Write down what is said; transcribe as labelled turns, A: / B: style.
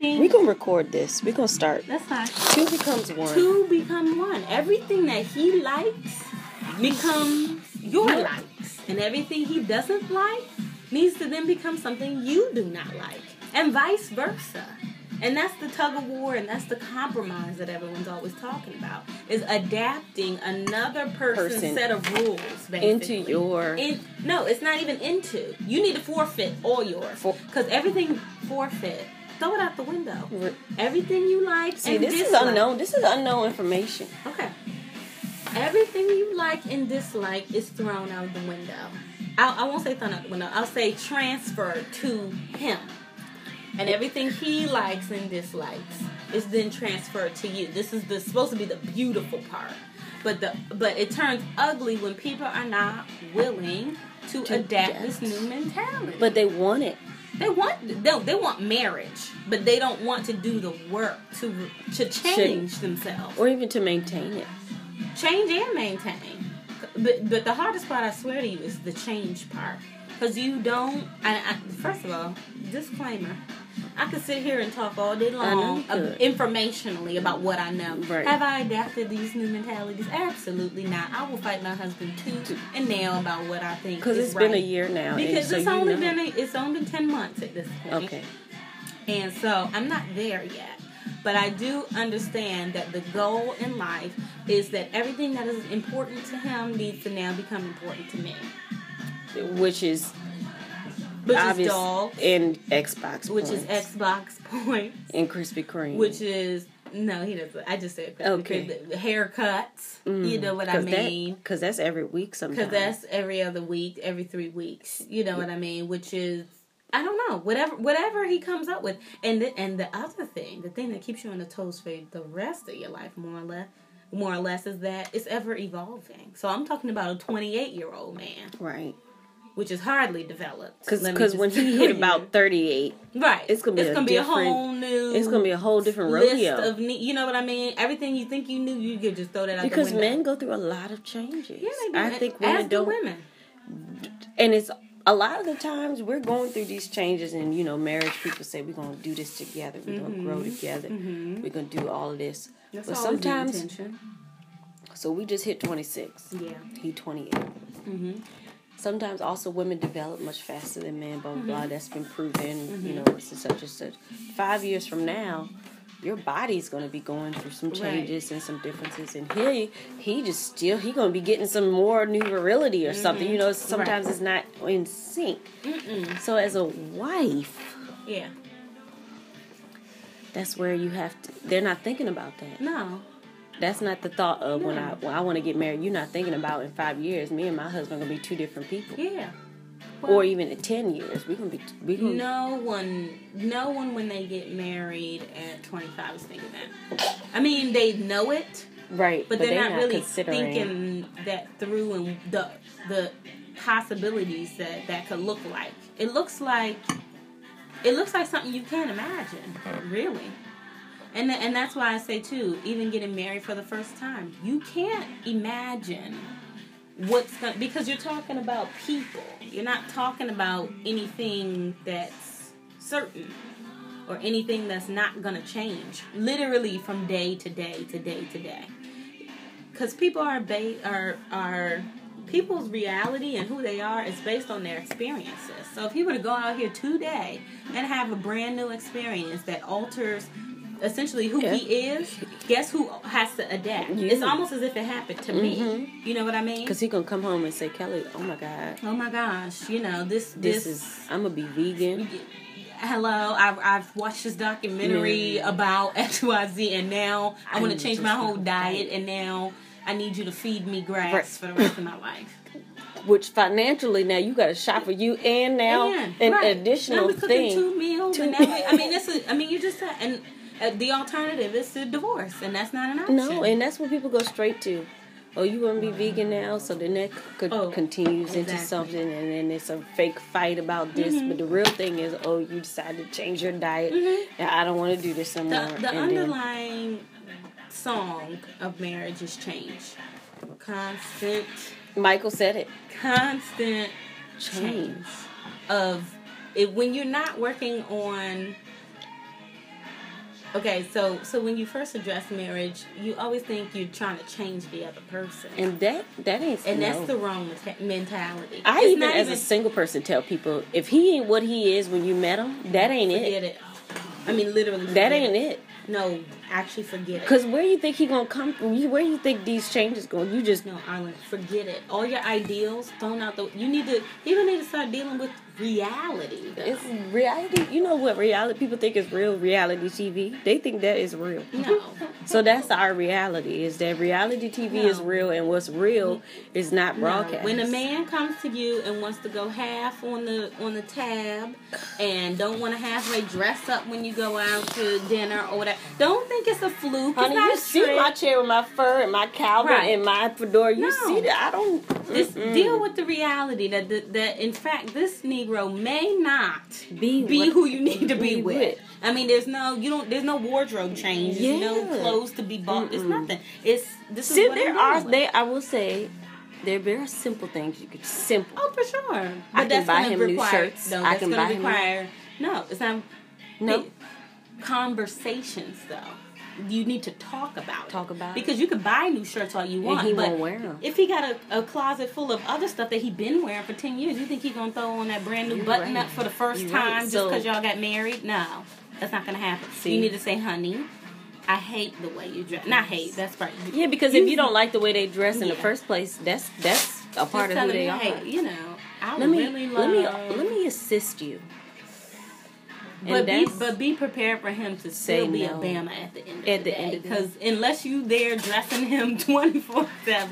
A: We gonna record this. We gonna start.
B: That's not
A: Two becomes one.
B: two become one. Everything that he likes becomes your likes, and everything he doesn't like needs to then become something you do not like, and vice versa. And that's the tug of war, and that's the compromise that everyone's always talking about is adapting another person's
A: Person.
B: set of rules basically.
A: Into your-
B: In- no, it's not even into. You need to forfeit all yours
A: For-
B: because everything forfeit. Throw it out the window.
A: Re-
B: Everything you like.
A: See,
B: and
A: this is
B: dislike.
A: unknown. This is unknown information.
B: Okay. Everything you like and dislike is thrown out the window. I, I won't say thrown out the window. I'll say transferred to him. And everything he likes and dislikes is then transferred to you. This is the supposed to be the beautiful part. But the but it turns ugly when people are not willing to,
A: To
B: adapt,
A: adapt.
B: this new mentality.
A: But they want it.
B: They want they, they want marriage, but they don't want to do the work to to change themselves
A: Or even to maintain it.
B: change and maintain. But but the hardest part, I swear to you, is the change part. Cause you don't. I, I, first of all, disclaimer. I could sit here and talk all day
A: know
B: long
A: you
B: uh,
A: could.
B: informationally about what I know.
A: Right.
B: Have I adapted these new mentalities? Absolutely not. I will fight my husband tooth and nail about what I think.
A: Because
B: is
A: it's been a
B: right.
A: year now. and
B: Because
A: so
B: it's
A: you
B: only
A: know.
B: been a, it's only been ten months at this point.
A: Okay.
B: And so I'm not there yet. But I do understand that the goal in life is that everything that is important to him needs to now become important to me.
A: Which is
B: Which
A: obvious
B: is dull,
A: in Xbox.
B: which is
A: points.
B: Xbox points,
A: in Krispy Kreme.
B: which is no, he doesn't. I just said
A: Okay. Mm,
B: the haircuts. you know what I mean?
A: Because that's every week sometimes.
B: Because that's every other week, every three weeks. You know what I mean? Which is I don't know whatever whatever he comes up with. And the, and the other thing, the thing that keeps you on the toes for the rest of your life, more or less, more or less, is that it's ever evolving. So I'm talking about a 28 year old man,
A: right.
B: which is hardly developed. Let me
A: Because
B: just
A: when he
B: tell
A: hit
B: you.
A: about 38,
B: right,
A: it's gonna be a different-
B: whole new.
A: it's going to be a whole different
B: list
A: rodeo.
B: of ne- you know what I mean. Everything you think you knew, you could just throw that out
A: because
B: the window.
A: men go through a lot of changes.
B: yeah, they do.
A: I
B: And
A: think
B: as
A: women
B: do
A: don't.
B: Women.
A: and it's a lot of the times we're going through these changes and you know marriage people say we're going to do this together we're going to grow together we're going to do all of this
B: Mm-hmm. That's
A: but
B: always the
A: sometimes
B: intention.
A: so we just hit 26
B: yeah.
A: he 28 sometimes also women develop much faster than men blah blah blah that's been proven you know it's such and such five years from now your body's going to be going through some
B: Right.
A: changes and some differences and he he just still he going to be getting some more new virility or something you know sometimes it's not in sync so as a wife
B: Yeah.
A: that's where you have to they're not thinking about that
B: No.
A: that's not the thought of when i when i want to get married you're not thinking about in five years me and my husband going to be two different people
B: Yeah.
A: or even in 10 years we're gonna be we gonna
B: No one, no one, when they get married at 25 is thinking that. I mean, they know it,
A: right
B: but, they're, not, really
A: considering
B: thinking that through and the the possibilities that that could look like. It looks like it looks like something you can't imagine, really. And th- and that's why I say too, even getting married for the first time, you can't imagine what's going to because you're talking about people. You're not talking about anything that's certain or anything that's not going to change literally from day to day to day to day. Cuz people are ba- are are people's reality and who they are is based on their experiences. So if you were to go out here today and have a brand new experience that alters essentially who he is, guess who has to adapt?
A: You.
B: It's almost as if it happened to me. You know what I mean?
A: because he gonna come home and say kelly oh my god
B: oh my gosh, you know, this
A: this, is i'm gonna be vegan
B: hello, I've, I've watched this documentary about XYZ and now I, want
A: need
B: to change
A: to
B: my whole
A: stop
B: diet
A: that.
B: and now I need you to feed me grass
A: Right.
B: for the rest of my life.
A: which financially now you gotta shop for you and now
B: And,
A: an
B: right. now
A: additional
B: we cooking
A: thing
B: Two meals.
A: Two-
B: and now we, I mean, this is, I mean, you just said, and uh, the alternative is to divorce and that's not an option.
A: no and that's what people go straight to oh you want to be vegan now so then that could
B: Oh,
A: continues into
B: exactly. Mm-hmm.
A: something and then it's a fake fight about this but the real thing is oh you decided to change your diet and i don't want to do this anymore
B: Mm-hmm. the, the
A: and then-
B: underlying song of marriage is change. Constant,
A: michael said it
B: constant change
A: change
B: of if, when you're not working on Okay, so so when you first address marriage, you always think you're trying to change the other person,
A: and that that ain't
B: and
A: no.
B: that's the wrong menta- mentality.
A: I
B: It's
A: even
B: not
A: as a single person tell people if he ain't what he is when you met him, that ain't
B: forget
A: it.
B: it. I mean, literally,
A: That
B: forget
A: ain't it.
B: No, actually, forget it.
A: Cause where you think he gonna come from? You, where you think these changes going? You just
B: No, Ireland, forget it. All your ideals thrown out the. You need to. People need to start dealing with reality. though.
A: it's reality. You know what reality people think is real reality TV. They think that is real.
B: no,
A: So that's our reality is that reality TV is
B: No.
A: real and what's real is not
B: no.
A: broadcast.
B: When a man comes to you and wants to go half on the on the tab, and don't want to halfway dress up when you go out to dinner or whatever, don't think it's a fluke. it's
A: Honey,
B: not
A: you
B: a
A: see
B: trick.
A: my chair with my fur and my cowbell
B: Right.
A: and my fedora. You
B: No.
A: see that? I don't.
B: Just
A: Mm-mm.
B: deal with the reality that that, that in fact this Negro may not
A: Be
B: be
A: what-
B: who you need to be
A: be
B: with.
A: with.
B: I mean, there's no you don't there's no wardrobe change. There's no
A: Yeah.
B: clothes to be bought. There's
A: Mm-mm.
B: nothing. It's this
A: See,
B: is what
A: there
B: I'm
A: are.
B: dealing
A: They,
B: with.
A: I will say, there there are simple things you could simple.
B: oh for sure. But
A: can buy
B: gonna
A: him new
B: require,
A: shirts.
B: No,
A: I
B: that's
A: can
B: gonna
A: buy him new-
B: require. No, it's not.
A: No.
B: the- conversations though. You need to talk about it.
A: Talk about it.
B: because you can buy new shirts all you want,
A: he
B: but
A: won't wear 'em.
B: if he got a, a closet full of other stuff that he been wearing for ten years, you think he gonna throw on that brand new
A: You're
B: button
A: right.
B: up for the 1st
A: You're right.
B: time just
A: So-
B: because y'all got married? No, that's not gonna happen.
A: See?
B: You need to say, honey, I hate the way you dress. Not hate. That's right.
A: Yeah, because if you don't like the way they dress in the
B: Yeah.
A: first place, that's that's a part of
B: tell
A: who
B: him,
A: they are.
B: "Hey, you know, I
A: Let me
B: really love.
A: let me let me assist you. And
B: But be,
A: that's-
B: but be prepared for him to
A: Say
B: still be
A: no.
B: a Bama at the end of
A: At
B: the,
A: the end of the
B: because unless you there dressing him twenty four seven.